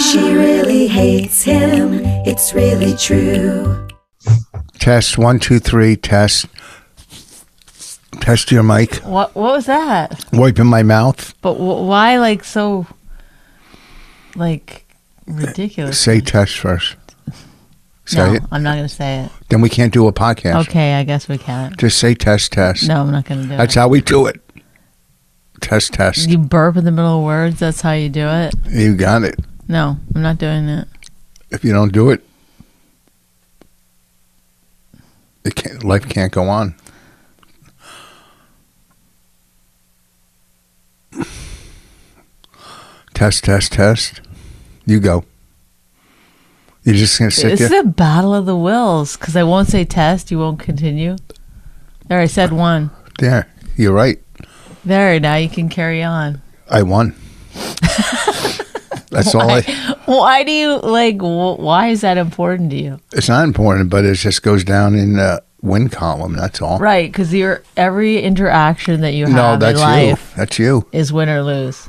She really hates him. It's really true. Test one, two, three, test. Test your mic. What what was that? Wiping my mouth. But wh- why like so like ridiculous? Say test first. Say no, it. I'm not gonna say it. Then we can't do a podcast. Okay, I guess we can't. Just say test, test. No, I'm not gonna do That's it. how we do it. Test, test. you burp in the middle of words. That's how you do it. You got it. No, I'm not doing it. If you don't do it, it can't, life can't go on. Test, test, test. You go. You're just gonna sit This there. is a battle of the wills because I won't say test. You won't continue. There, I said one. There, you're right. There, now you can carry on. I won. That's all. I, Why do you like? Wh- why is that important to you? it's not important, but it just goes down in the win column. That's all. Right, because your every interaction that you have No, in that's you. life That's you. is win or lose.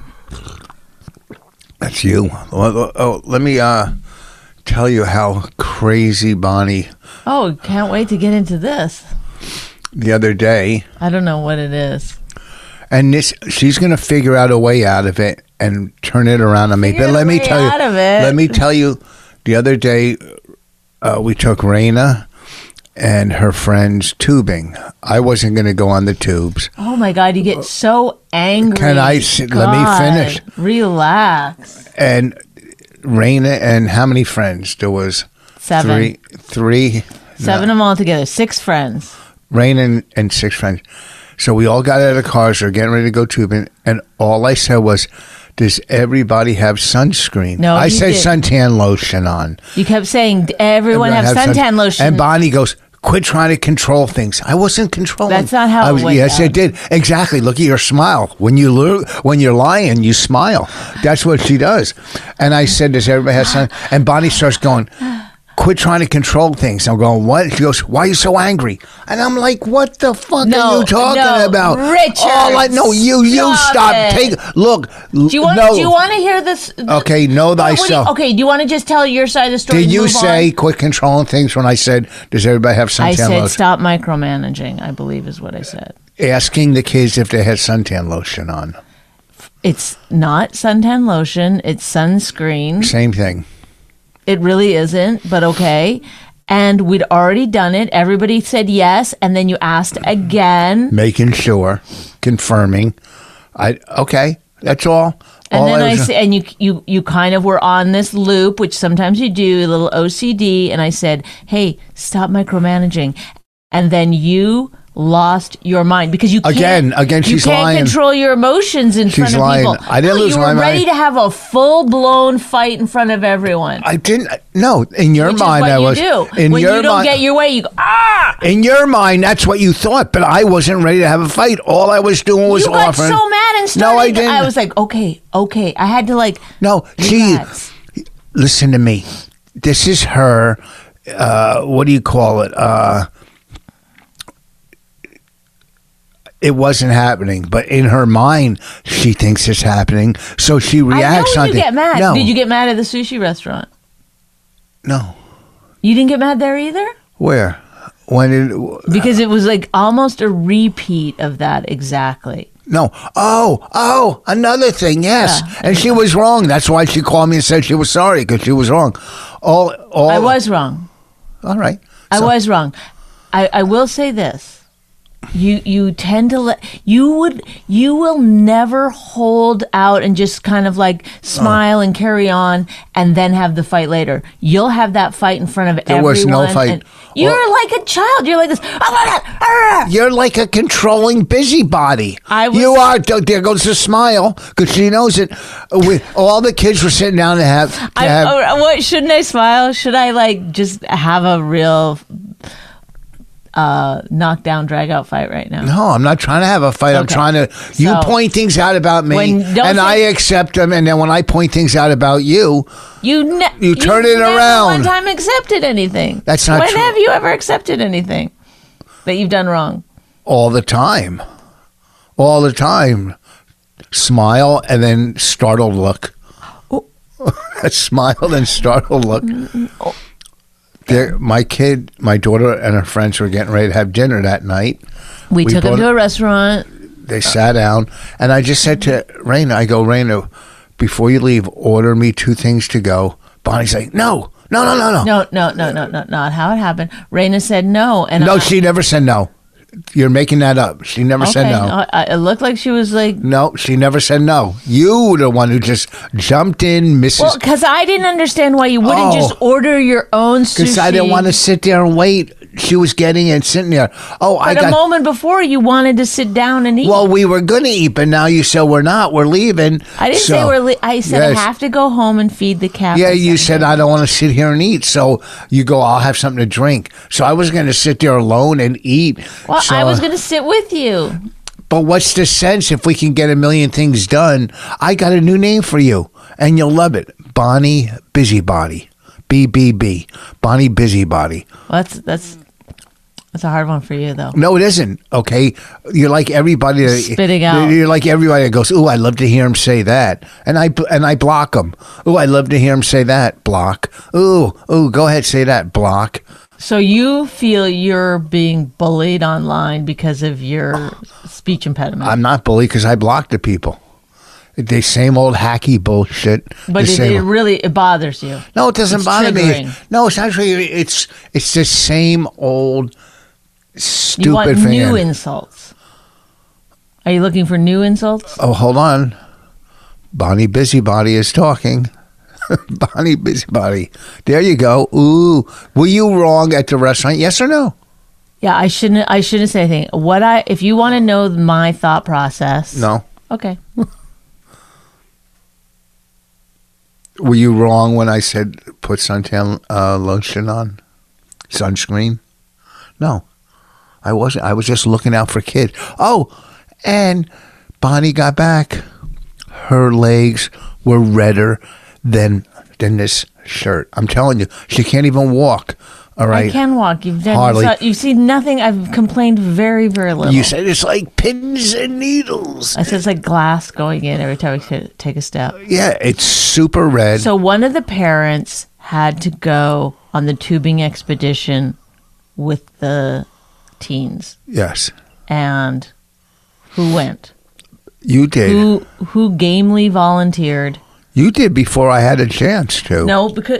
That's you. Well, well, oh, let me uh, tell you how crazy Bonnie Oh, can't wait to get into this. the other day, I don't know what it is. and this she's gonna figure out a way out of it and turn it around on me. Figure But let a me way tell you, out of it. let me tell you, the other day uh, we took Raina and her friends tubing. I wasn't gonna go on the tubes. Oh my God, you get so angry. Can I s- let me God, finish? Relax. And Raina and how many friends? There was Seven. three, three, Seven of them all together. Six friends. Rain and, and six friends. So we all got out of the cars, they're getting ready to go tubing, and all I said was, Does everybody have sunscreen? No, I you said didn't. suntan lotion on. You kept saying "D- everyone have Everyone suntan sun- lotion. And Bonnie goes, Quit trying to control things. I wasn't controlling. That's not how I it was, went Yes, I down. did. Exactly. Look at your smile. When you lo- when you're lying, you smile. That's what she does. And I said, "Does everybody have sun?" And Bonnie starts going, "Quit trying to control things." I'm going, "What?" She goes, "Why are you so angry?" And I'm like, "What the fuck are No, you talking no, about?" Richard, all I know, you you stop stop. it. Take look. do you want? No. Oh, Do you want to hear this? th- Okay, know what do you- thyself. okay, do you want to just tell your side of the story? Did and you move on? say quit controlling things when I said, does everybody have suntan I said lotion? stop micromanaging. I believe is what I said. Asking the kids if they had suntan lotion on. It's not suntan lotion. It's sunscreen. Same thing. It really isn't, but okay. And we'd already done it. Everybody said yes, and then you asked again. Making sure, confirming. I okay. That's all. And all then I was- said, and you you you kind of were on this loop, which sometimes you do, a little OCD. And I said, hey, stop micromanaging. And then you lost your mind because you can't, Again, again, you she's can't lying. control your emotions in front of lying. people. I didn't No, lose you my were mind. ready to have a full blown fight in front of everyone. I didn't. No, in your which is mind, what I you was. do In when your you don't mind, get your way. You go ah. in your mind, that's what you thought. But I wasn't ready to have a fight. All I was doing was you got offering. so mad and started. No, I didn't. I was like, okay, okay. I had to like. No, she. relax. Listen to me. This is her. Uh, what do you call it? Uh, it wasn't happening, but in her mind, she thinks it's happening, so she reacts. I know on you thi- get mad. No, Did you get mad at the sushi restaurant? no. You didn't get mad there either, Where? When did? because it was like almost a repeat of that exactly. No. Oh, oh, another thing. Yes, and she was wrong. That's why she called me and said she was sorry because she was wrong. All, all. I was wrong. All right. I was wrong. I, I will say this. You you tend to let you would you will never hold out and just kind of like smile and carry on and then have the fight later. You'll have that fight in front of There everyone. was no fight. and- You're like a child. You're like this. Oh You're like a controlling busybody. I was- you are. Th- There goes the smile because she knows it. With all the kids were sitting down to have. To I, have oh, what shouldn't I smile? Should I like just have a real uh knockdown drag out fight right now? no, I'm not trying to have a fight. I'm Okay. trying to. You So- point things out about me, When- don't and I say- accept them. And then when I point things out about you, You ne- You turn you've it never around. One time accepted anything. That's not When true. have you ever accepted anything that you've done wrong? all the time, all the time. Smile and then startled look. Oh. Smile and startled look. There, my kid, my daughter, and her friends were getting ready to have dinner that night. We, We took him bought- to a restaurant. They sat down, and I just said to Raina, I go, Raina, before you leave, order me two things to go. Bonnie's like, no, no, no, no, no. No, no, no, no, no, not how it happened. Raina said no, and No, I, she never said no. You're making that up. She never okay, said no. I, I- it looked like she was like, No, she never said no. You were the one who just jumped in, Mrs. well, because I didn't understand why you wouldn't Oh. just order your own sushi. because I didn't want to sit there and wait. She was getting it, sitting there. Oh, I But a got. moment before, you wanted to sit down and eat. well, we were going to eat, but now you said we're not. We're leaving. I didn't say So- we're. Li- I said Yes. I have to go home and feed the cat. Yeah, for you some- said I don't want to sit here and eat. So you go. I'll have something to drink. So I was going to sit there alone and eat. Well, So- I was going to sit with you. But what's the sense if we can get a million things done? I got a new name for you, and you'll love it. Bonnie Busybody. BBB. Bonnie Busybody. Well, that's that's that's a hard one for you though. No, it isn't. Okay, you're like everybody. that- Spitting out. You're like everybody that goes, "Ooh, I love to hear him say that," and I and I block him. Ooh, I love to hear him say that. Block. Ooh, ooh, go ahead, say that. Block. So you feel you're being bullied online because of your speech impediment. I'm not bullied because I block the people. The same old hacky bullshit. but the it, same it really it bothers you. No, it doesn't It's bother me. triggering. No, it's actually it's it's the same old stupid You want thing. new insults. Are you looking for new insults? oh, hold on. Bonnie Busybody is talking. Bonnie Busybody. There you go. Ooh, were you wrong at the restaurant? Yes or no? Yeah, I shouldn't. I shouldn't say anything. What I, if you want to know my thought process, No. Okay. Were you wrong when I said put suntan uh, lotion on, sunscreen? No, I wasn't. I was just looking out for kids. Oh, and Bonnie got back. Her legs were redder than than this shirt. I'm telling you, she can't even walk. All I right. can walk. You've done. Hardly. You saw, you've seen nothing. I've complained very, very little. You said it's like pins and needles. I said it's like glass going in every time I ta- take a step. Yeah, it's super red. So one of the parents had to go on the tubing expedition with the teens, yes, and who went? you did. Who who gamely volunteered? You did before I had a chance to. No, because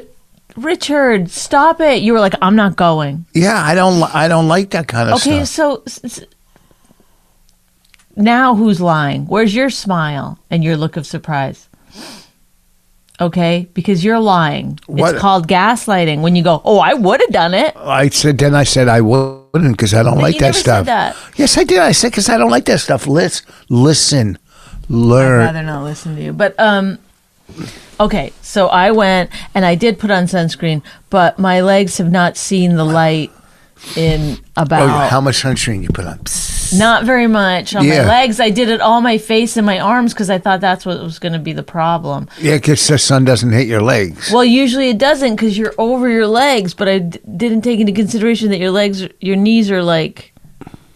Richard, stop it! You were like, I'm not going. Yeah, I don't. li- I don't like that kind of stuff. Okay, so s- s- now who's lying? Where's your smile and your look of surprise? Okay, because you're lying. What- It's called gaslighting when you go, "Oh, I would have done it." I said, then I said I wouldn't because I don't like you that never said stuff. that. Yes, I did. I said because I don't like that stuff. Let's listen, learn. rather not listen to you. But um okay, so I went and I did put on sunscreen, but my legs have not seen the light in Oh, about how much sunscreen you put on? not very much on Yeah. my legs. I did it all my face and my arms because I thought that's what was going to be the problem. Yeah, because the sun doesn't hit your legs. Well, usually it doesn't because you're over your legs, but I d- didn't take into consideration that your legs, your knees are like,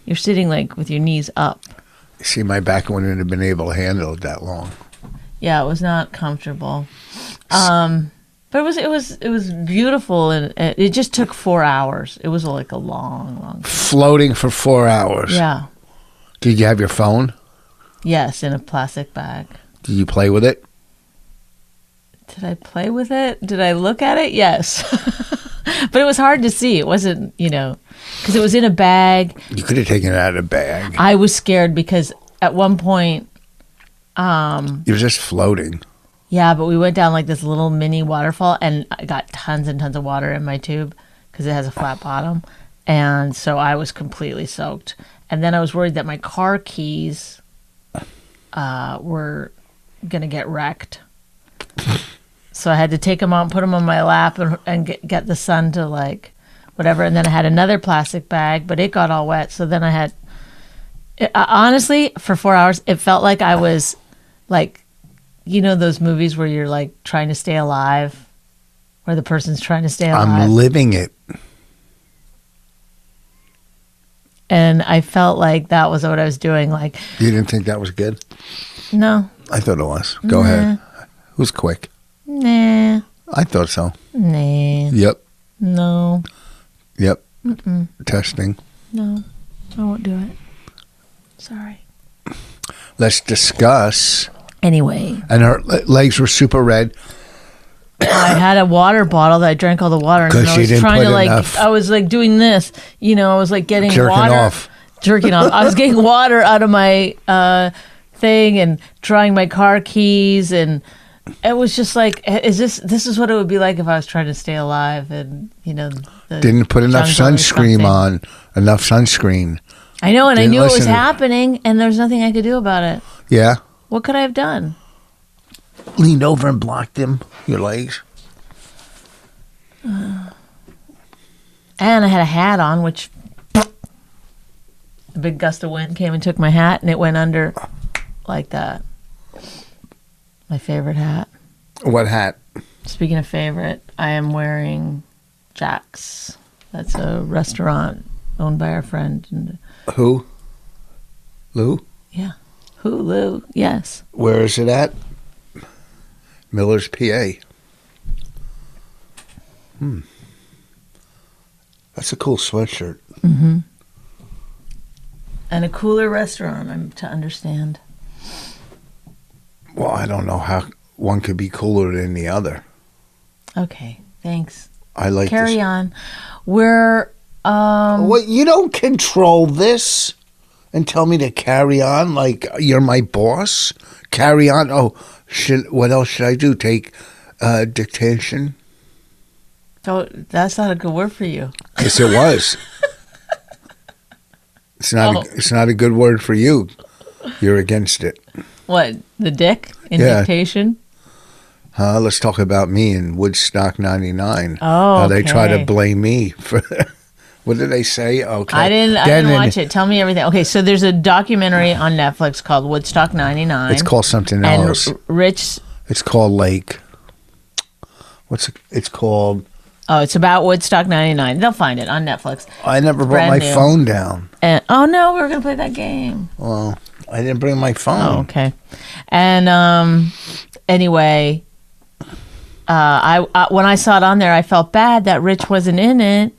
you're sitting like with your knees up. See, my back wouldn't have been able to handle it that long. Yeah, it was not comfortable. Um, but it was it was it was beautiful, and and it just took four hours. It was like a long, long. Floating for four hours. Yeah. Did you have your phone? Yes, in a plastic bag. Did you play with it? Did I play with it? Did I look at it? Yes. but it was hard to see. It wasn't, you know, because it was in a bag. You could have taken it out of the bag. I was scared because at one point It was just floating. Yeah, but we went down like this little mini waterfall, and I got tons and tons of water in my tube because it has a flat bottom, and so I was completely soaked. And then I was worried that my car keys uh, were gonna get wrecked, so I had to take them out, and put them on my lap, and, and get, get the sun to like whatever. And then I had another plastic bag, but it got all wet. So then I had it, I- honestly for four hours, it felt like I was like you know those movies where you're like trying to stay alive, where the person's trying to stay alive. I'm living it. and I felt like that was what I was doing. Like, You didn't think that was good? no, I thought it was. Go ahead. It was quick. nah, I thought so. nah, Yep. no, Yep. Testing. no, I won't do it. Sorry. Let's discuss. Anyway, And her le- legs were super red. I had a water bottle that I drank all the water, in, and 'Cause I you was didn't trying put to like, enough. I was like doing this, you know, I was like getting Jerking water, off. jerking off. I was getting water out of my uh, thing and trying my car keys, and it was just like, is this this is what it would be like if I was trying to stay alive, and you know, the Didn't put enough jungle or sunscreen something. on. Enough sunscreen. I know, and I Didn't knew it was listen. happening, and there's nothing I could do about it. Yeah. What could I have done? Leaned over and blocked him. Your legs. And I had a hat on, which a big gust of wind came and took my hat, and it went under like that. My favorite hat. What hat? Speaking of favorite, I am wearing Jack's. That's a restaurant owned by our friend. And Who? Lou? yeah, Hulu. Yes, Where is it at? Miller's PA. Hmm. That's a cool sweatshirt. Mm-hmm. and a cooler restaurant. I'm to understand. Well, I don't know how one could be cooler than the other. Okay, thanks. I like Carry this. on. We're um. What you don't control this and tell me to carry on like you're my boss. Carry on. Oh, should what else should I do? Take uh, dictation? Don't, that's not a good word for you. Yes, it was. it's not. Oh. A, it's not a good word for you. You're against it. What the dick in Yeah. dictation? Huh? Let's talk about me in Woodstock '99. Oh, how they try okay. to blame me for. what did they say? Okay, I didn't. I Then didn't in- watch it. Tell me everything. Okay, so there's a documentary on Netflix called Woodstock '99. It's called something and else. R- Rich. It's called like. What's it, it's called? Oh, it's about Woodstock '99. They'll find it on Netflix. I never brought Brand my new. phone down. And oh no, we were gonna play that game. Well, I didn't bring my Oh, phone. okay. And um, anyway, uh, I, I when I saw it on there, I felt bad that Rich wasn't in it.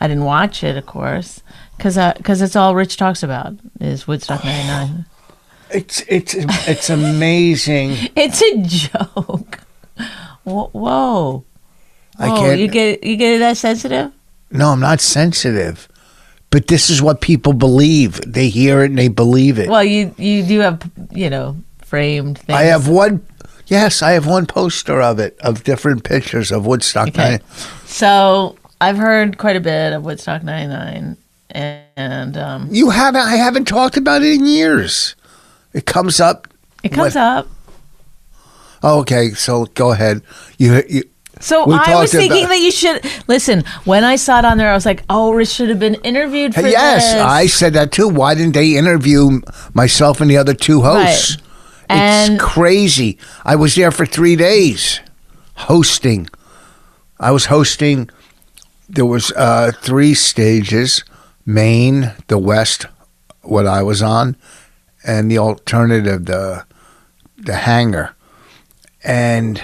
I didn't watch it, of course, because because it's all Rich talks about is Woodstock '99. It's it's it's amazing. It's a joke. Whoa, whoa! I Whoa, can't. Oh, You get you get that sensitive? no, I'm not sensitive, but this is what people believe. They hear it and they believe it. Well, you you do have you know framed things. I have one. Yes, I have one poster of it of different pictures of Woodstock. Okay. So I've heard quite a bit of Woodstock '99, and um, You haven't. I haven't talked about it in years. It comes up. it comes What? up. Oh, okay, so go ahead. You, you So We I was talked thinking about- that you should listen. When I saw it on there, I was like, "Oh, Rich should have been interviewed for yes, this." I said that too. Why didn't they interview m- myself and the other two hosts? And- it's crazy. I was there for three days hosting. I was hosting. There was uh, three stages: Maine, the West, what I was on, and the alternative, the the hangar, and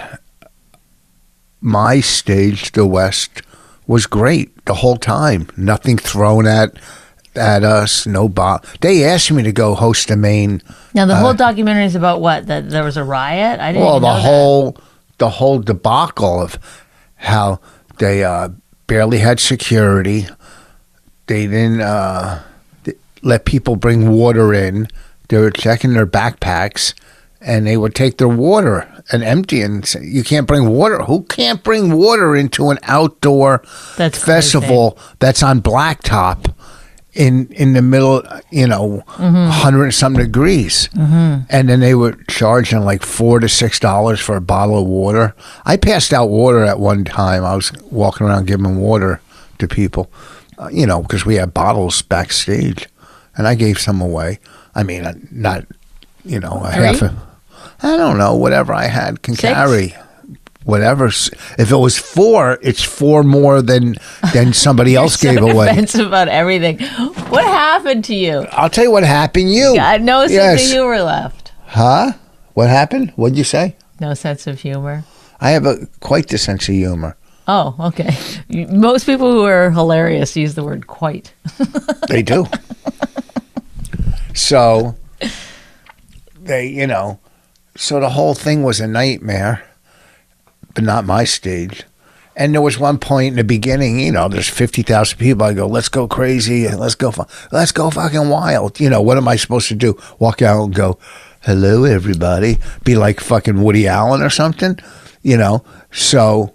my stage, the West, was great the whole time. Nothing thrown at at us. No bomb. They asked me to go host a main. Now the whole documentary is about what that there was a riot. I didn't. Uh, Well, even the know that. whole the whole debacle of how they uh, barely had security. They didn't uh, th- let people bring water in. They were checking their backpacks, and they would take their water and empty. And say, you can't bring water. Who can't bring water into an outdoor That's festival that's on blacktop? in in the middle, you know, Mm-hmm. hundred and something degrees, and then they were charging like four to six dollars for a bottle of water. I passed out water at one time. I was walking around giving water to people, uh, you know, because we had bottles backstage, and I gave some away. I mean, uh, not, you know, a half. Three? A, I don't know, whatever I had can Six? carry. whatever. S- If it was four, it's four more than than somebody else so gave away. defensive about everything. What happened to you? I'll tell you what happened. You I no sense yes, of humor left. huh? What happened? What'd you say? No sense of humor. I have a quite the sense of humor. Oh, okay. You- Most people who are hilarious use the word quite. They do. so they, you know, so the whole thing was a nightmare, but not my stage. And there was one point in the beginning, you know, there's fifty thousand people. I go, let's go crazy and let's go, fu- let's go fucking wild. You know, what am I supposed to do? Walk out and go, hello everybody, be like fucking Woody Allen or something, you know? So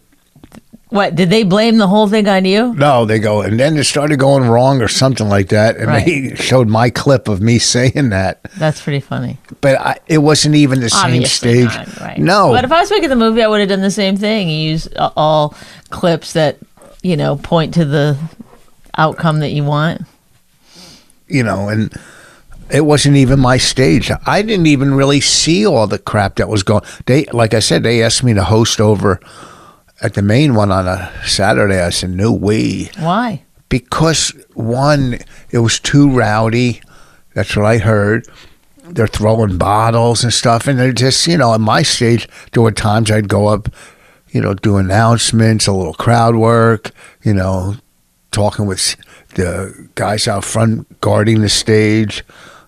What did they blame the whole thing on you? No, they go, and then it started going wrong or something like that. And Right. they showed my clip of me saying that, That's pretty funny. but I, it wasn't even the same Obviously stage. not, right? No, But if I was making the movie, I would have done the same thing. You use uh, all clips that you know point to the outcome that you want. you know, and it wasn't even my stage. I didn't even really see all the crap that was going. They, like I said, they asked me to host over at the main one on a Saturday. I said, no way. Why? because one, it was too rowdy. That's what I heard. They're throwing bottles and stuff, and they're just you know. At my stage, there were times I'd go up, you know, do announcements, a little crowd work, you know, talking with s- the guys out front guarding the stage,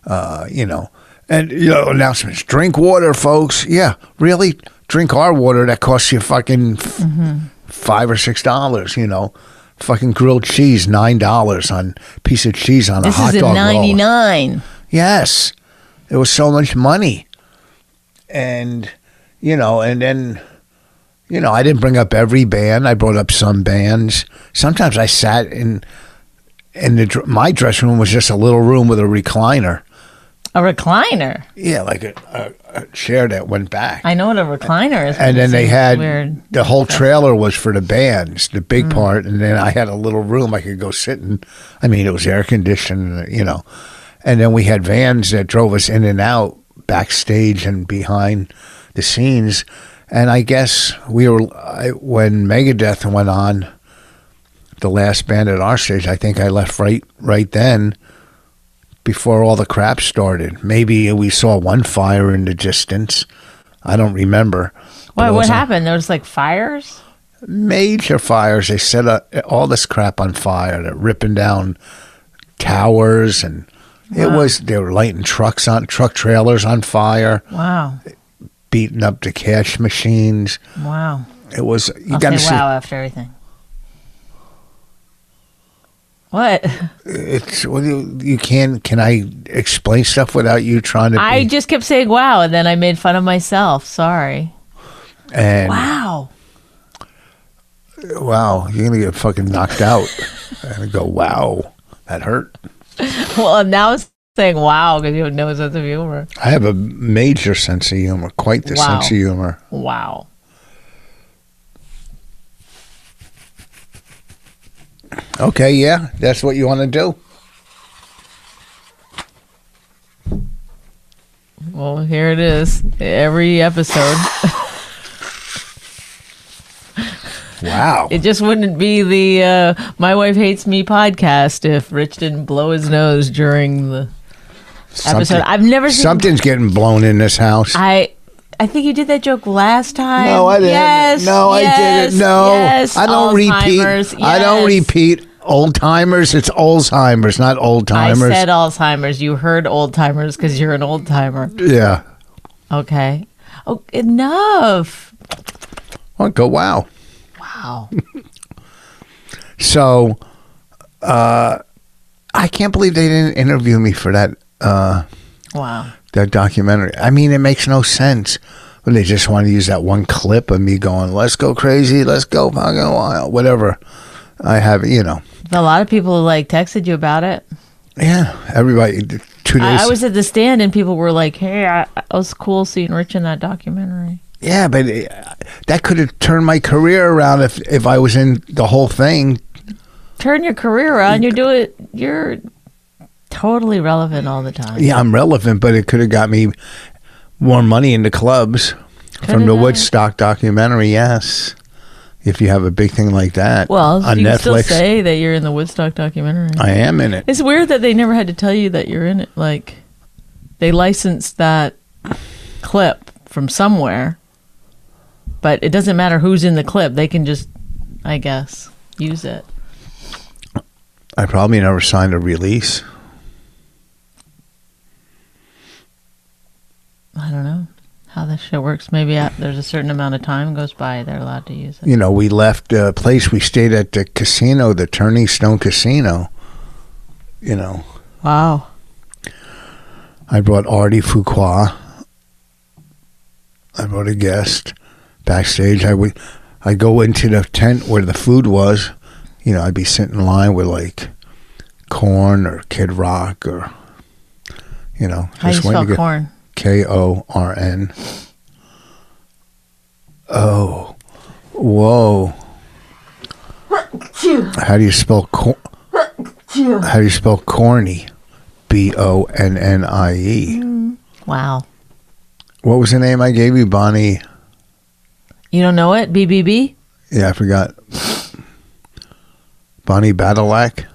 uh, you know, and you know announcements. Drink water, folks. Yeah, really, drink our water that costs you fucking f- five or six dollars. You know, fucking grilled cheese nine dollars on piece of cheese on a This hot is in dog roll. '99. Yes, it was so much money, and you know, and then you know, I didn't bring up every band. I brought up some bands. Sometimes I sat in in the dr- my dressing room was just a little room with a recliner. A recliner. Yeah, like a, a, a chair that went back. I know what a recliner is. but and it then they seems had weird. the whole trailer was for the bands, the big part, and then I had a little room I could go sit in. I mean, it was air conditioned, you know. And then we had vans that drove us in and out backstage and behind the scenes. And I guess we were I, when Megadeth went on, the last band at our stage. I think I left right right then. Before all the crap started, maybe we saw one fire in the distance. I don't remember. Why? But it What was a- happened? There was like fires. major fires. They set uh, all this crap on fire. They're ripping down towers, and it was they were lighting trucks on truck trailers on fire, Wow. beating up the cash machines. Wow. It was you I'll got to say see. wow after everything. What? It's what do you, you can can I explain stuff without you trying to? I be, just kept saying wow, and then I made fun of myself. Sorry. and wow. Wow. you're gonna get fucking knocked out. and I go, wow, that hurt. Well, I'm now saying wow because you have no sense of humor. I have a major sense of humor, quite the Wow. sense of humor. Wow. Okay, yeah, that's what you want to do. Well, here it is. Every episode, Wow. it just wouldn't be the uh, "My Wife Hates Me" podcast if Rich didn't blow his nose during the episode. Something- I've never seen Something's getting blown in this house. I I think you did that joke last time. no, I didn't. Yes, no, I yes, didn't. No, yes, I don't Alzheimer's, repeat. I don't yes. repeat old timers. It's Alzheimer's, not old I timers. said Alzheimer's. You heard old timers because you're an old timer. yeah. Okay. Oh, enough. Well, go wow. Wow. So, uh, I can't believe they didn't interview me for that uh, Wow. that documentary. I mean, it makes no sense. When they just want to use that one clip of me going, "Let's go crazy, let's go fucking wild," whatever. I have, you know, A lot of people like texted you about it. yeah. Everybody, two days. I, I was at the stand and people were like, "Hey, I, I was cool seeing Rich in that documentary." Yeah, but it, that could have turned my career around if if I was in the whole thing. Turn your career around. You're doing. You're totally relevant all the time. Yeah, I'm relevant, but it could have got me more money into clubs from the done. Woodstock documentary. Yes, if you have a big thing like that Well, on you can Netflix, still say that you're in the Woodstock documentary. I am in it. It's weird that they never had to tell you that you're in it. Like, they licensed that clip from somewhere, but it doesn't matter who's in the clip. They can just, I guess, use it. I probably never signed a release. I don't know how this shit works. Maybe a- there's a certain amount of time goes by they're allowed to use it. You know, we left a place we stayed at the casino, the Turning Stone Casino. You know, Wow. I brought Artie Fuqua. I brought a guest backstage. I would, I go into the tent where the food was. You know, I'd be sitting in line with like Corn or Kid Rock or, you know, How do went you to spell get- corn? K O R N. Oh, whoa! How do you spell cor- How do you spell corny? B O N N I E. Wow. What was the name I gave you, Bonnie? You don't know it? BBB? Yeah, I forgot. Bonnie Badalak.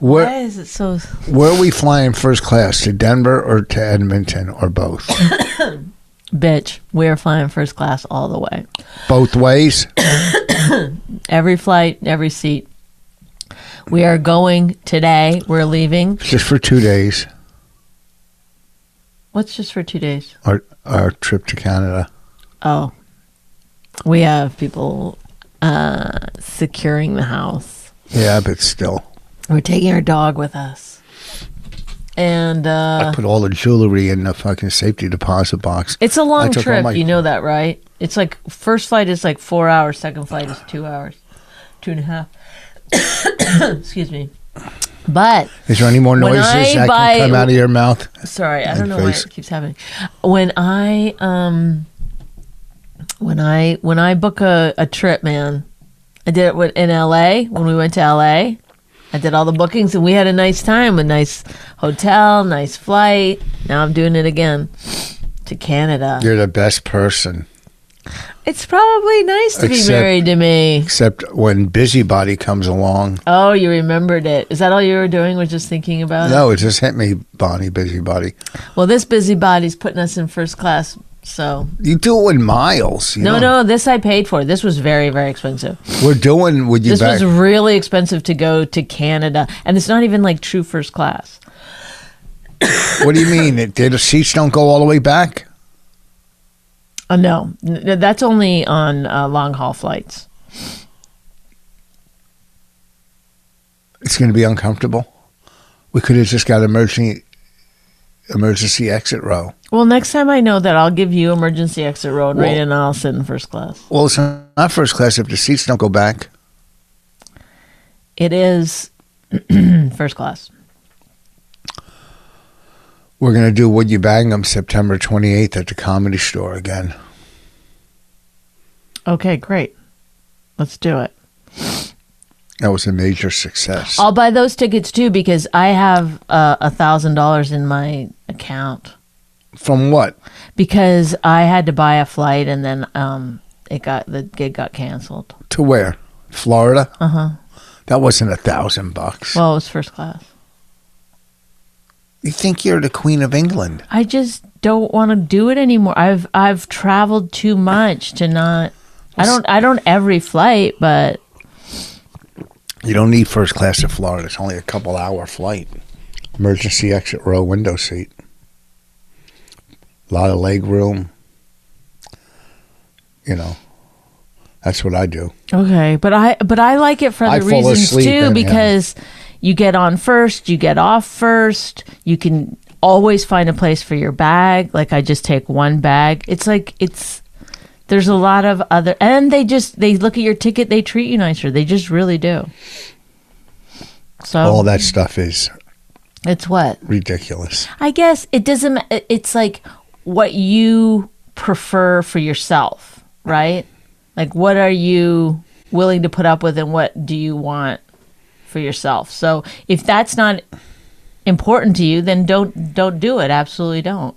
Where Why is it so. Where are we flying first class to Denver or to Edmonton or both? Bitch, we're flying first class all the way. both ways. Every flight, every seat. We are going today. We're leaving. Just for two days. What's just for two days? Our our trip to Canada. Oh, we have people uh, securing the house. Yeah, but still, We're taking our dog with us. And I uh, put all the jewelry in the fucking safety deposit box. it's a long took all trip. my- you know that, right? It's like first flight is like four hours, second flight is two hours, two and a half. Excuse me. But Is there any more When noises I that buy- can come out of your mouth? sorry i And don't know why face. it keeps happening when i um when i when i book a, a trip man i did it with- in la when we went to la i did all the bookings and we had a nice time a nice hotel nice flight now i'm doing it again to canada You're the best person. it's probably nice to be Except- married to me Except when busybody comes along. oh you remembered it is that all you were doing was just thinking about No, it just hit me, Bonnie. Busybody. it well this busybody's putting us in first class so You do it with miles. You No, know? no, this I paid for. This was very, very expensive. We're doing with you This back. was really expensive to go to Canada, and it's not even like true first class. what do you mean? It, the seats don't go all the way back. Oh no, N- that's only on uh, long haul flights. it's going to be uncomfortable. We could have just got emergency emergency exit row. Well, next time I know that, I'll give you emergency exit road Well- rate, and I'll sit in first class. Well, it's not first class if the seats don't go back. It is first class. We're going to do Would You Bang 'Em September 28th at the Comedy Store again. Okay, great. Let's do it. That was a major success. I'll buy those tickets too because I have uh, a thousand dollars in my account. From what? because I had to buy a flight and then um it got the gig got canceled. To where? Florida? Uh huh. That wasn't a thousand bucks. Well, it was first class. you think you're the Queen of England. I just don't want to do it anymore. I've I've traveled too much to not. I don't I don't every flight, but You don't need first class to Florida. It's only a couple hour flight. Emergency exit row window seat. A lot of leg room. You know, that's what I do. okay. But I but I like it for I other fall reasons asleep too and- because you get on first, you get off first, you can always find a place for your bag. Like I just take one bag. It's like it's there's a lot of other and they just they look at your ticket, they treat you nicer. They just really do. So All that stuff is it's what? ridiculous. I guess it doesn't ma- it- it's like what you prefer for yourself, right? Like what are you willing to put up with and what do you want for yourself. So if that's not important to you, then don't don't do it. Absolutely don't.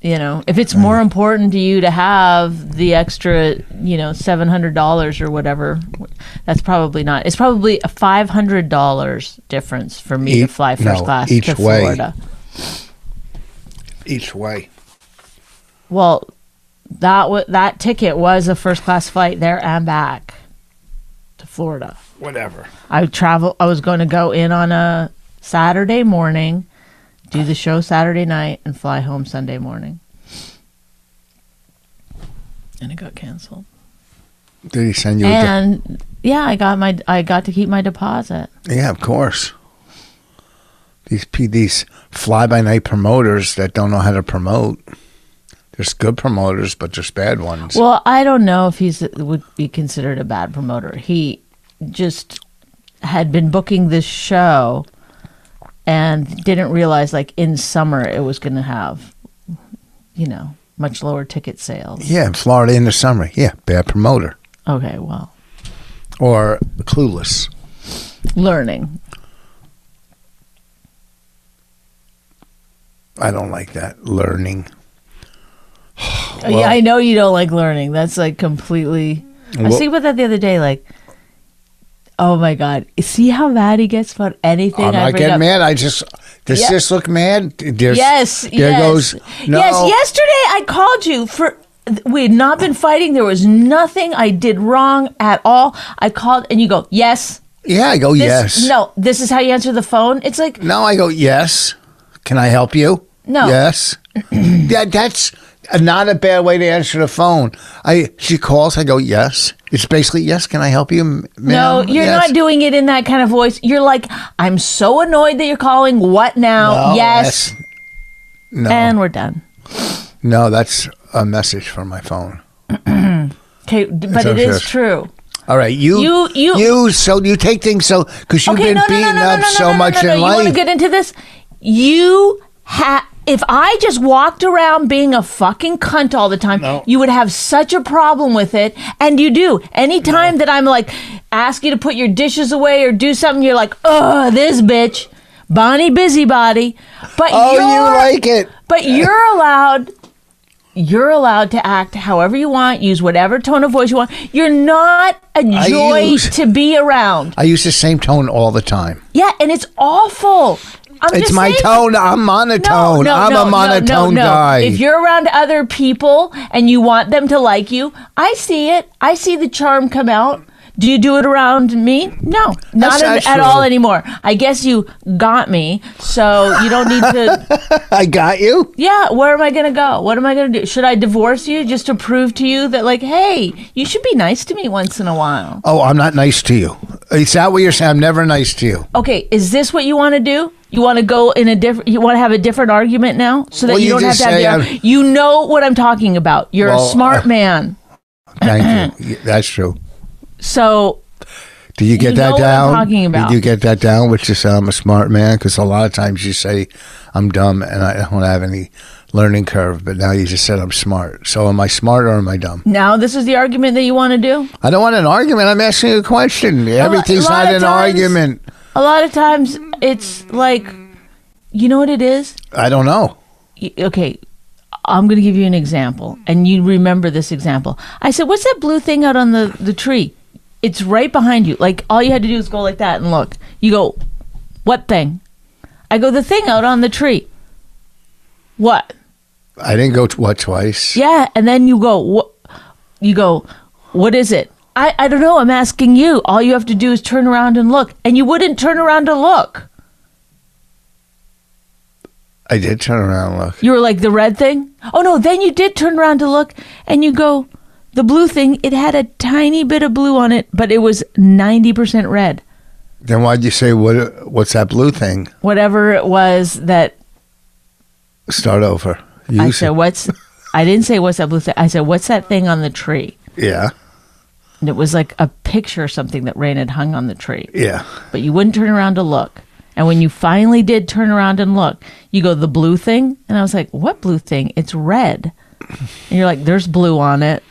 You know, if it's more important to you to have the extra, you know, seven hundred dollars or whatever, that's probably not. It's probably a five hundred dollars difference for me to Each- fly first no, class each to way. Florida. each way. Well, that w- that ticket was a first class flight there and back to Florida. Whatever. I travel. I was going to go in on a Saturday morning, do the show Saturday night, and fly home Sunday morning. And it got canceled. Did he send you? a And yeah, I got my. I got to keep my deposit. de- yeah, of course. These P these fly by night promoters that don't know how to promote. There's good promoters, but there's bad ones. Well, I don't know if he's would be considered a bad promoter. He just had been booking this show and didn't realize like in summer it was going to have you know much lower ticket sales. yeah, in Florida in the summer. Yeah, bad promoter Okay, well, or clueless. learning. I don't like that learning. yeah, I know you don't like learning. That's like completely I Well- was thinking about that the other day like Oh my God! See how mad he gets about anything I'm I not bring getting up. mad. I just does Yeah. this look mad? There's, Yes. There yes. goes no. Yes. Yesterday I called you for. We had not been fighting. There was nothing I did wrong at all. I called and you go, yes. Yeah, I go This, yes. No, this is how you answer the phone. It's like, No, I go yes. Can I help you? No. Yes. that that's a- not a bad way to answer the phone. I she calls. I go yes. It's basically yes. Can I help you? m- no, ma'am?" you're Yes. not doing it in that kind of voice. You're like, I'm so annoyed that you're calling. What now? No, yes. that's- No, And we're done. no, that's a message from my phone. Okay, d- but So it is sure. true. All right, you, You- you- so you take things so because you've Okay, been no, no, beaten no, no, up no, no, so no, no, much no, no. in You life. want to get into this? You ha If I just walked around being a fucking cunt all the time, No. you would have such a problem with it, and you do. Anytime that I'm like, ask you to put your dishes away or do something, you're like, ugh, this bitch, Bonnie Busybody. But oh, you're, you like it? but you're allowed you're allowed to act however you want, use whatever tone of voice you want. You're not a I joy use- to be around. I use the same tone all the time. Yeah, and it's awful. I'm It's just my saying- tone. I'm monotone. I'm a monotone guy. If you're around other people and you want them to like you, I see it. I see the charm come out. Do you do it around me? No, not That's at, not at all true. anymore. I guess you got me, so you don't need to. I got you. yeah, where am I going to go? What am I going to do? Should I divorce you just to prove to you that, like, hey, you should be nice to me once in a while? Oh, I'm not nice to you. Is that what you're saying? I'm never nice to you. okay, is this what you want to do? You want to go in a different. You want to have a different argument now, so that Well, you, you don't have just to have. say the I'm- arg- you know what I'm talking about. You're Well, a smart uh, man, Thank you. Yeah, That's true. so Do you get You know that what I'm down? talking about. Did you get that down? Which is I'm a smart man because a lot of times you say I'm dumb and I don't have any learning curve, but now you just said I'm smart. So am I smart or am I dumb? now this is the argument that you want to do. I don't want an argument. I'm asking you a question. Everything's lot not an of times- argument. A lot of times, it's like, you know what it is. I don't know. Y- Okay, I'm going to give you an example, and you remember this example. I said, "What's that blue thing out on the the tree? It's right behind you. Like all you had to do is go like that and look. You go, what thing? I go, the thing out on the tree. What? I didn't go to what twice. Yeah, and then you go, what? You go, what is it? I I don't know. I'm asking you. All you have to do is turn around and look, and you wouldn't turn around to look. I did turn around and look. You were like the red thing? Oh no, then you did turn around to look and you go, the blue thing, it had a tiny bit of blue on it, but it was 90% red. Then why'd you say what? What's that blue thing? Whatever it was that Start over. You I said- said, what's, I didn't say what's that blue thing. I said, what's that thing on the tree? yeah, And it was like a picture or something that Rain had hung on the tree, yeah. but you wouldn't turn around to look. And when you finally did turn around and look, you go, the blue thing? And I was like, what blue thing? It's red. And you're like, there's blue on it.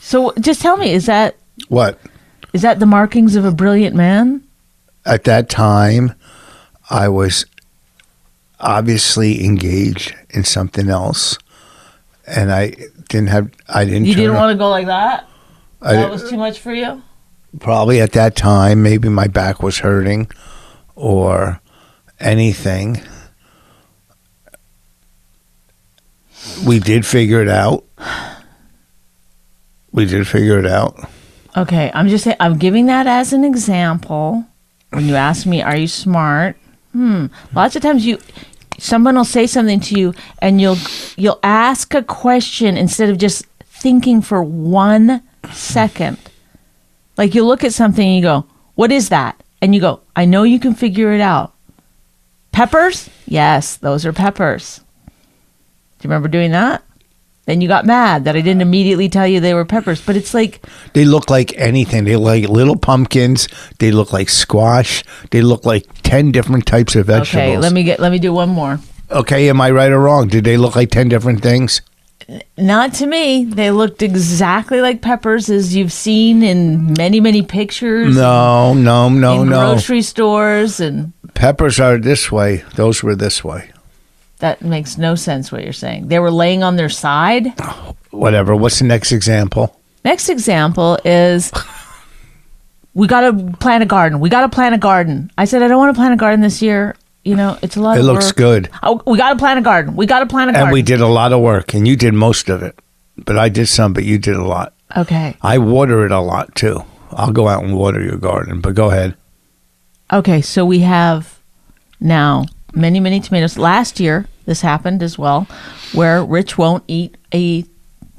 So just tell me, is that What? Is that the markings of a brilliant man? At that time, I was obviously engaged in something else, and I didn't have. I didn't. You turn didn't on- want to go like that? I that di- was too much for you? probably at that time, maybe my back was hurting, or anything. We did figure it out. We did figure it out. Okay, I'm just saying, I'm giving that as an example. When you ask me, are you smart? Hmm. Lots of times you, someone will say something to you, and you'll you'll ask a question instead of just thinking for one second. Like you look at something and you go, "What is that?" And you go, "I know you can figure it out." Peppers? Yes, those are peppers. Do you remember doing that? Then you got mad that I didn't immediately tell you they were peppers. But it's like They look like anything. They look like little pumpkins. They look like squash. They look like ten different types of vegetables. Okay, let me get let me do one more. Okay, am I right or wrong? Did they look like ten different things? Not to me. They looked exactly like peppers as you've seen in many many pictures. No, no, no, in no. grocery stores and Peppers are this way. Those were this way. that makes no sense what you're saying. They were laying on their side. Whatever. What's the next example? Next example is we got to plant a garden. We got to plant a garden. I said I don't want to plant a garden this year. You know, it's a lot It of looks work. good, Oh, we got to plant a garden. We got to plant a garden. and we did a lot of work, and you did most of it, but I did some, but you did a lot. okay. I water it a lot too. I'll go out and water your garden, but go ahead. Okay, so we have now many, many tomatoes. Last year, this happened as well, where Rich won't eat a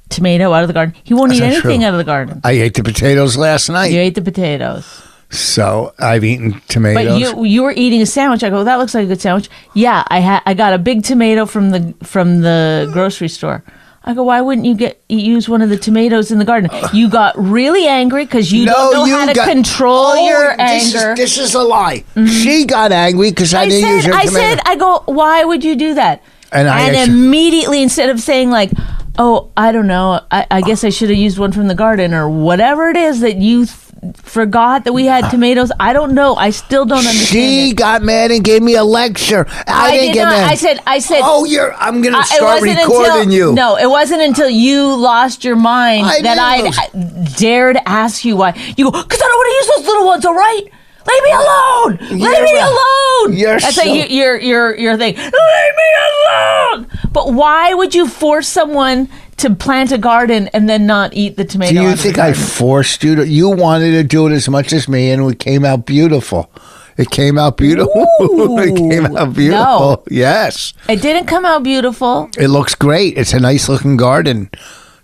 tomato out of the garden. He won't That's eat not anything true. out of the garden. I ate the potatoes last night, You ate the potatoes, so I've eaten but tomatoes. you you were eating a sandwich. I go, that looks like a good sandwich. Yeah, I had I got a big tomato from the from the grocery store. I go, why wouldn't you get use one of the tomatoes in the garden? You got really angry because you don't know how to got- control Oh, your this anger. Mm-hmm. Is, this is a lie. She got angry because I, I didn't use said, her I tomato. said, I go, why would you do that? And I actually- immediately, instead of saying like, oh, I don't know, I, I guess I should have used one from the garden or whatever it is that you th- forgot that we had tomatoes. I don't know. I still don't understand. Uh, she it. got mad and gave me a lecture. I, I didn't did get not. mad. I said, I said. "Oh, you're. I'm gonna I- it start wasn't recording until, you." No, it wasn't until you lost your mind I that didn't. I dared ask you why. You go, because I don't want to use those little ones. All right, leave me alone. Leave You're me right. alone. You're That's so- like your your your thing. Leave me alone. But why would you force someone to plant a garden and then not eat the tomato? Do out you of the think I garden? forced you to? You wanted to do it as much as me, and it came out beautiful. It came out beautiful. it came Ooh, out beautiful. Yes, It didn't come out beautiful. it looks great. It's a nice looking garden.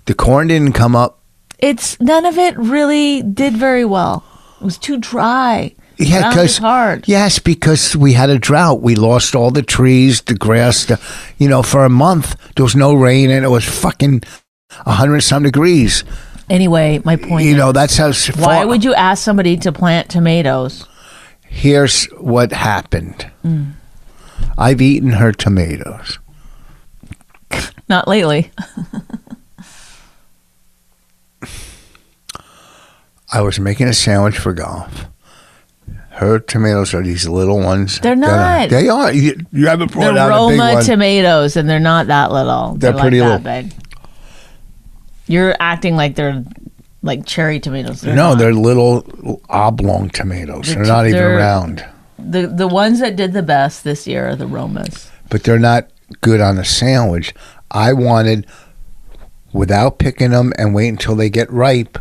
The corn didn't come up. It's none of it really did very well. It was too dry. Yeah, Ground is because hard. yes, because we had a drought. We lost all the trees, the grass. The, you know, for a month there was no rain, and it was fucking hundred some degrees. Anyway, my point. You know, that's how. s- Why far- would you ask somebody to plant tomatoes? Here's what happened. Mm. I've eaten her tomatoes. Not lately. I was making a sandwich for golf. Her tomatoes are these little ones. They're that are- not. they are. You, you haven't brought They're out a big Roma one. tomatoes, and they're not that little. They're pretty like little. That big. You're acting like they're like cherry tomatoes. They're no, not. they're little oblong tomatoes. They're, not even they're- round. the the ones that did the best this year are the Romas. but they're not good on a sandwich. I wanted without picking them and wait until they get ripe.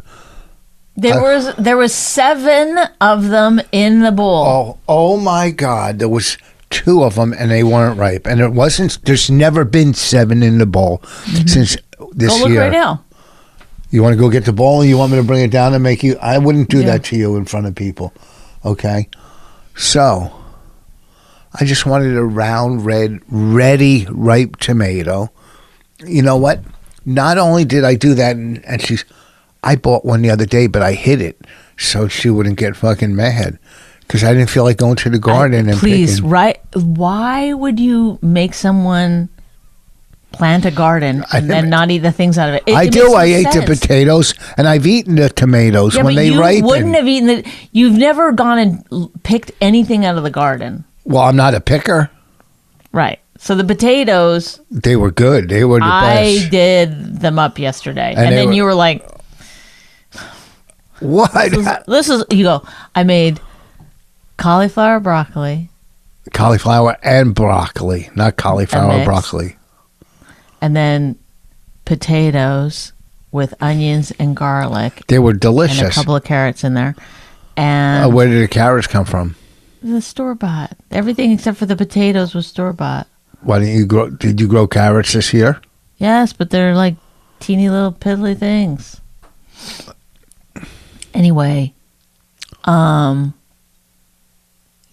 There I- was there was seven of them in the bowl. Oh, oh my God! There was two of them and they weren't ripe, and it wasn't. There's never been seven in the bowl since this Go Mm-hmm. Oh, look year. right now. You want to go get the ball, and you want me to bring it down and make you? I wouldn't do Yeah. that to you in front of people. Okay, so I just wanted a round, red, ready, ripe tomato. You know what? Not only did I do that, and, and she's, I bought one the other day, but I hid it so she wouldn't get fucking mad because I didn't feel like going to the garden and Please, picking. right? Why would you make someone plant a garden I and then never- not eat the things out of it. It- I it do. makes I no ate the sense. potatoes and I've eaten the tomatoes Yeah, when but they you ripen. wouldn't have eaten the. You've never gone and l- picked anything out of the garden, well, I'm not a picker. right? So the potatoes, They were good. They were the I best. did them up yesterday, and, they then were- you were like, What? "This is you go." I made cauliflower broccoli, cauliflower and broccoli, not cauliflower mix. broccoli. and then potatoes with onions and garlic, They were and a delicious. couple of carrots in there, Uh, and where did the carrots come from? the store bought. Everything except for the potatoes was store bought. Why didn't you grow? Did you grow carrots this year? Yes, but they're like teeny little piddly things. Anyway, um,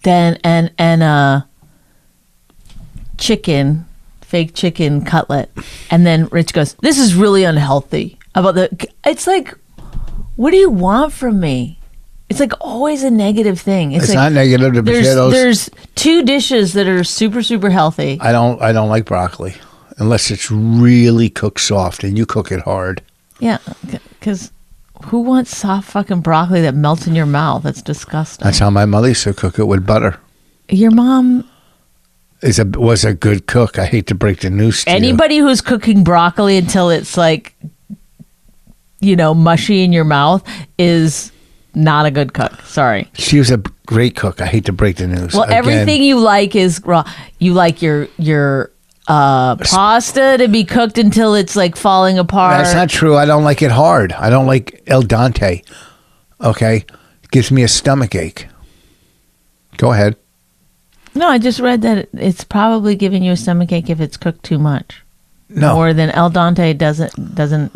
then and and uh, chicken, fake chicken cutlet, and then Rich goes, "This is really unhealthy." About the, it's like, what do you want from me? It's like always a negative thing. It's, It's not like negative. The there's potatoes. there's two dishes that are super super healthy. I don't. I don't like broccoli unless it's really cooked soft and you cook it hard. Yeah, because who wants soft fucking broccoli that melts in your mouth? That's disgusting. That's how my mother used to cook it with butter. your mom. Is a was a good cook. I hate to break the news to you. Anybody who's cooking broccoli until it's like, you know, mushy in your mouth is not a good cook. Sorry. She was a b- great cook. I hate to break the news. Well, Again, everything you like is raw. You like your your uh pasta to be cooked until it's like falling apart. That's not true. I don't like it hard. I don't like El Dante. Okay, it gives me a stomach ache. Go ahead. no, I just read that it's probably giving you a stomachache if it's cooked too much. No, more than El Dante doesn't doesn't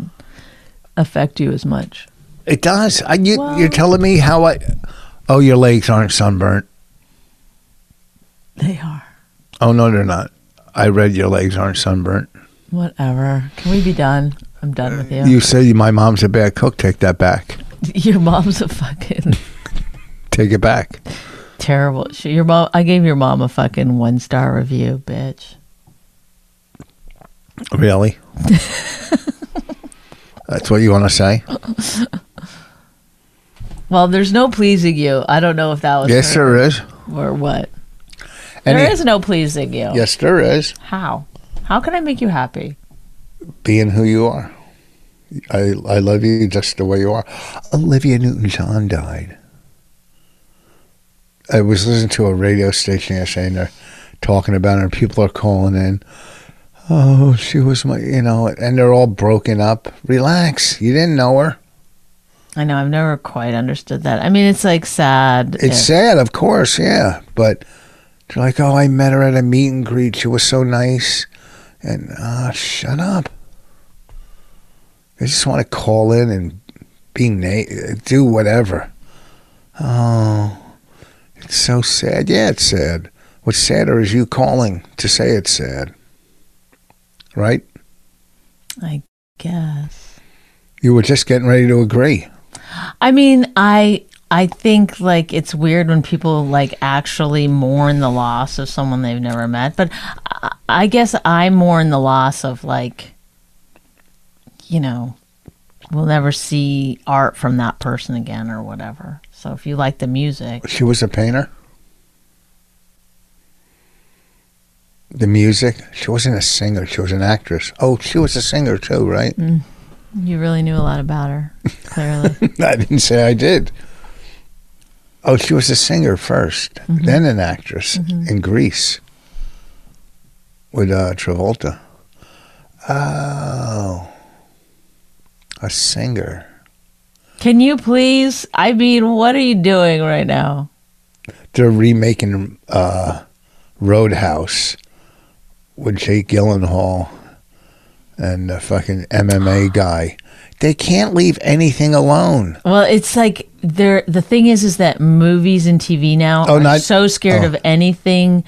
affect you as much. it does. I, you, Well- you're telling me how I? Oh, your legs aren't sunburnt. They are. Oh no, they're not. I read your legs aren't sunburnt. Whatever. Can we be done? I'm done with you. You said my mom's a bad cook. Take that back. your mom's a fucking Take it back. terrible. She, your mom. I gave your mom a fucking one star review, bitch. Really? That's what you want to say? Well, there's no pleasing you. I don't know if that was Yes, her there is. or what. Any- there is no pleasing you. Yes, there is. How? How can I make you happy? being who you are. I I love you just the way you are. Olivia Newton John died. I was listening to a radio station yesterday and they're talking about her and people are calling in. Oh, she was my you know, and they're all broken up. Relax. You didn't know her. I know I've never quite understood that. I mean, it's like sad. It's sad, of course, yeah. But they're like, Oh, I met her at a meet and greet. She was so nice and uh shut up. They just want to call in and be na- do whatever. Oh, it's so sad. Yeah, it's sad. What's sadder is you calling to say it's sad. Right? I guess. You were just getting ready to agree. I mean, I I think like it's weird when people like actually mourn the loss of someone they've never met, but I, I guess I mourn the loss of like you know, we'll never see art from that person again or whatever. So if you like the music, She was a painter. The music. She wasn't a singer. She was an actress. Oh, she was a singer too, right? you really knew a lot about her, clearly. I didn't say I did. Oh, she was a singer 1st then an actress in Greece with uh, Travolta. Oh, a singer. Can you please? I mean, what are you doing right now? They're remaking uh, Roadhouse with Jake Gyllenhaal and the fucking MMA guy. They can't leave anything alone. Well, it's like there. The thing is, is that movies and TV now Oh, are not- so scared oh. of anything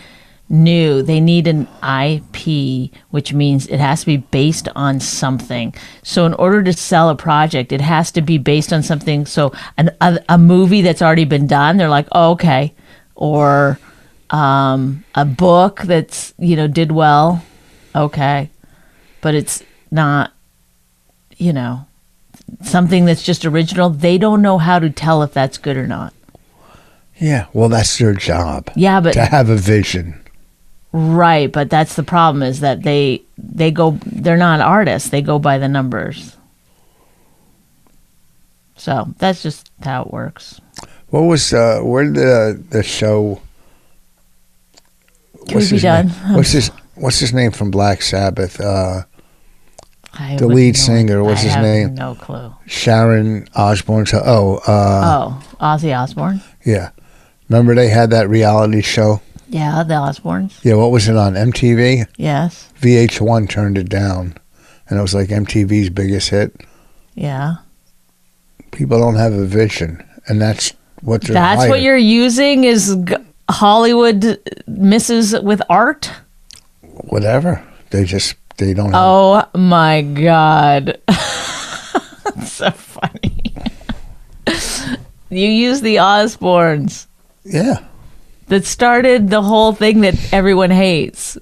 new. They need an IP, which means it has to be based on something. So, in order to sell a project, it has to be based on something. So, an, a, a movie that's already been done, they're like, oh, okay, or um, a book that's you know did well, okay. but it's not, you know, something that's just original. They don't know how to tell if that's good or not. Yeah, well, that's their job Yeah, but to have a vision. right, but that's the problem is that they they go they're not artists. They go by the numbers. So that's just how it works. What was uh, where did the the show? Can we be his done? Name? What's his What's his name from Black Sabbath? Uh, I The would lead know- singer, what's I his have name? No clue. Sharon Osbourne's. Oh, uh, oh, Ozzy Osbourne. yeah. Remember they had that reality show? Yeah, the Osbournes. Yeah, what was it on MTV? Yes. VH1 turned it down, and it was like MTV's biggest hit. Yeah. People don't have a vision, and that's what they're. That's what hired. you're using is g- Hollywood misses with art? Whatever. They just they don't. have- Oh my god. That's so funny. you use the Osbournes yeah. that started the whole thing that everyone hates.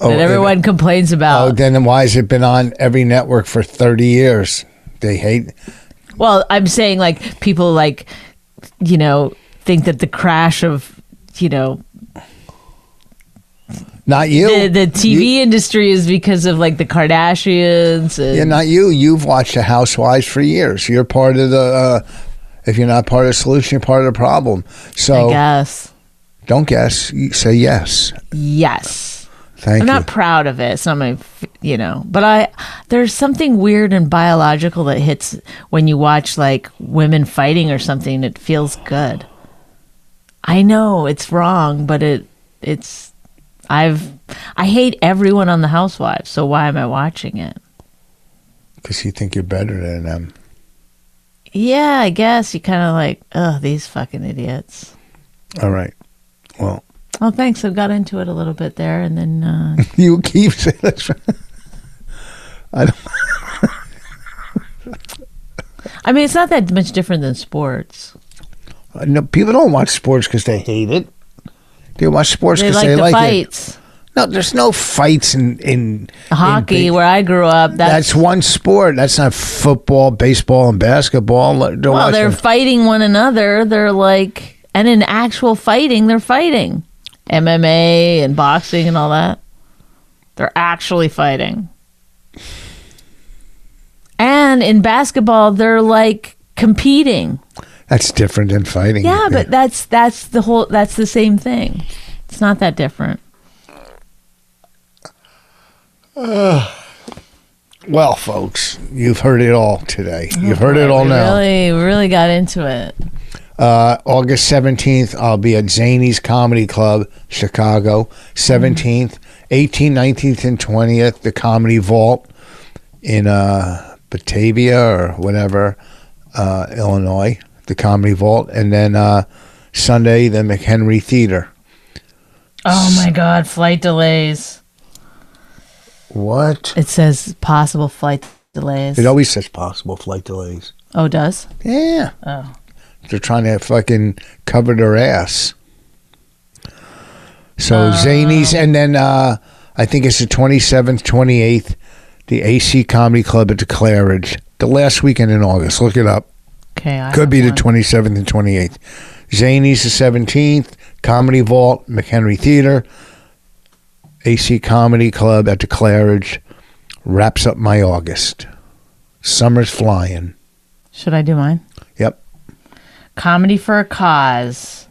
Oh, that and- everyone complains Oh, about. then why has it been on every network for 30 years? They hate. Well, I'm saying like people like you know think that the crash of you know Not you. the, the TV Oh, You, industry is because of like the Kardashians and yeah, not you. You've watched The Housewives for years. You're part of the. Uh, if you're not part of the solution, you're part of the problem. I So guess don't guess. You say yes. yes. Thank I'm you. not proud of it. It's not my, f- you know, but I there's something weird and biological that hits when you watch like women fighting or something. It feels good. I know it's wrong, but it it's I've I hate everyone on the Housewives. So why am I watching it? Because you think you're better than them. Yeah, I guess you kind of like oh these fucking idiots. All right. Well, Well, thanks. I got into it a little bit there, and then uh, you keep saying this. I don't. I mean it's not that much different than sports. Uh, No, people don't watch sports because they hate it. They watch sports They because like they the like it. fights. No, there's no fights in in hockey in big- where I grew up. That's, That's one sport. That's not football, baseball, and basketball. Don't well, watch they're them. fighting one another. They're like, and in actual fighting, they're fighting MMA and boxing and all that. They're actually fighting. And in basketball, they're like competing. Mm-hmm. That's different than fighting. Yeah, but that's that's the whole that's the same thing. It's not that different. well, folks, you've heard it all today. You've heard it all We now. Oh, Really, we really got into it. Uh, August seventeenth, I'll be at Zany's Comedy Club, Chicago. Seventeenth, eighteenth, nineteenth, and twentieth, the Comedy Vault in uh, Batavia or whatever, uh, Illinois. The Comedy Vault, and then uh, Sunday, the McHenry Theater. Oh my God! Flight delays. What? It says possible flight delays. It always says possible flight delays. Oh, it does? Yeah. Oh. They're trying to fucking cover their ass. So Uh. Zanies, and then uh, I think it's the 27th, 28th, the AC Comedy Club at the Claridge. The last weekend in August. Look it up. Okay. I Could have be the one. 27th and 28th. Zanies the 17th, Comedy Vault, McHenry Theater, AC Comedy Club at the Claridge. Wraps up my August. Summer's flying. Should I do mine? Yep. Comedy for a Cause.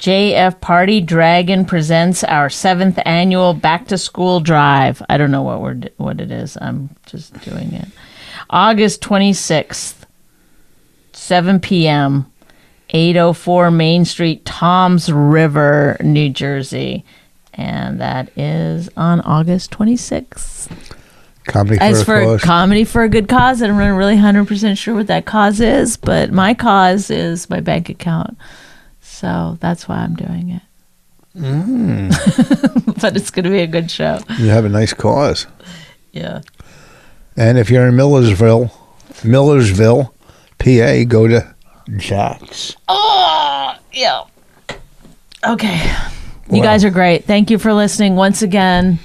JF Party Dragon presents our seventh annual back to school drive. I don't know what we're, what it is. I'm just doing it. August 26th, 7 p.m., 804 Main Street, Toms River, New Jersey. And that is on August 26th. Comedy As for a for Cause. comedy for a good cause, I'm not really 100% sure what that cause is, but my cause is my bank account. So that's why I'm doing it. Mm. but it's going to be a good show. You have a nice cause. Yeah. And if you're in Millersville, Millersville, PA, go to Jack's. Oh, yeah. Okay. You guys are great. Thank you for listening once again.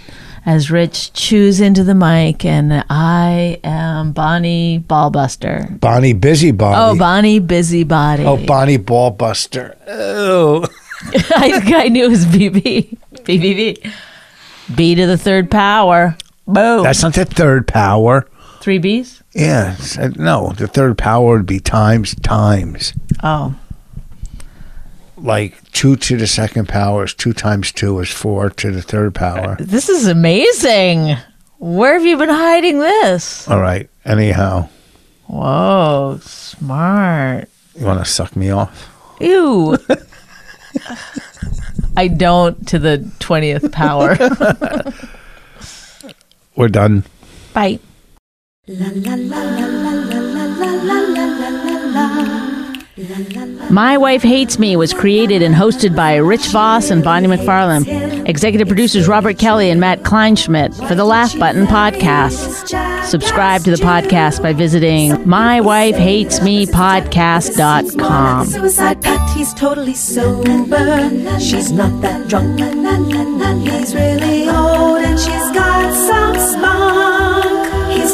as Rich chews into the mic, and I am Bonnie Ballbuster. Bonnie Busybody. Oh, Bonnie Busybody. Oh, Bonnie Ballbuster. Oh. I, I knew it was BB. BBB. B to the third power. Boom. That's not the third power. Three Bs? Yeah. s- No, the third power would be times times. Oh. Like two to the second power is two times two is four to the third power. This is amazing. Where have you been hiding this? All right. Anyhow, Whoa, smart. you want to suck me off? Ew. I don't to the 20th power. We're done. Bye. My Wife Hates Me was created and hosted by Rich Voss and Bonnie McFarlane. Executive producers Robert Kelly and Matt Kleinschmidt for the Laugh Button podcast. Subscribe to the podcast by visiting mywifehatesmepodcast.com. Suicide pact, he's totally sober. She's not that drunk. He's really old and she's got some spunk. He's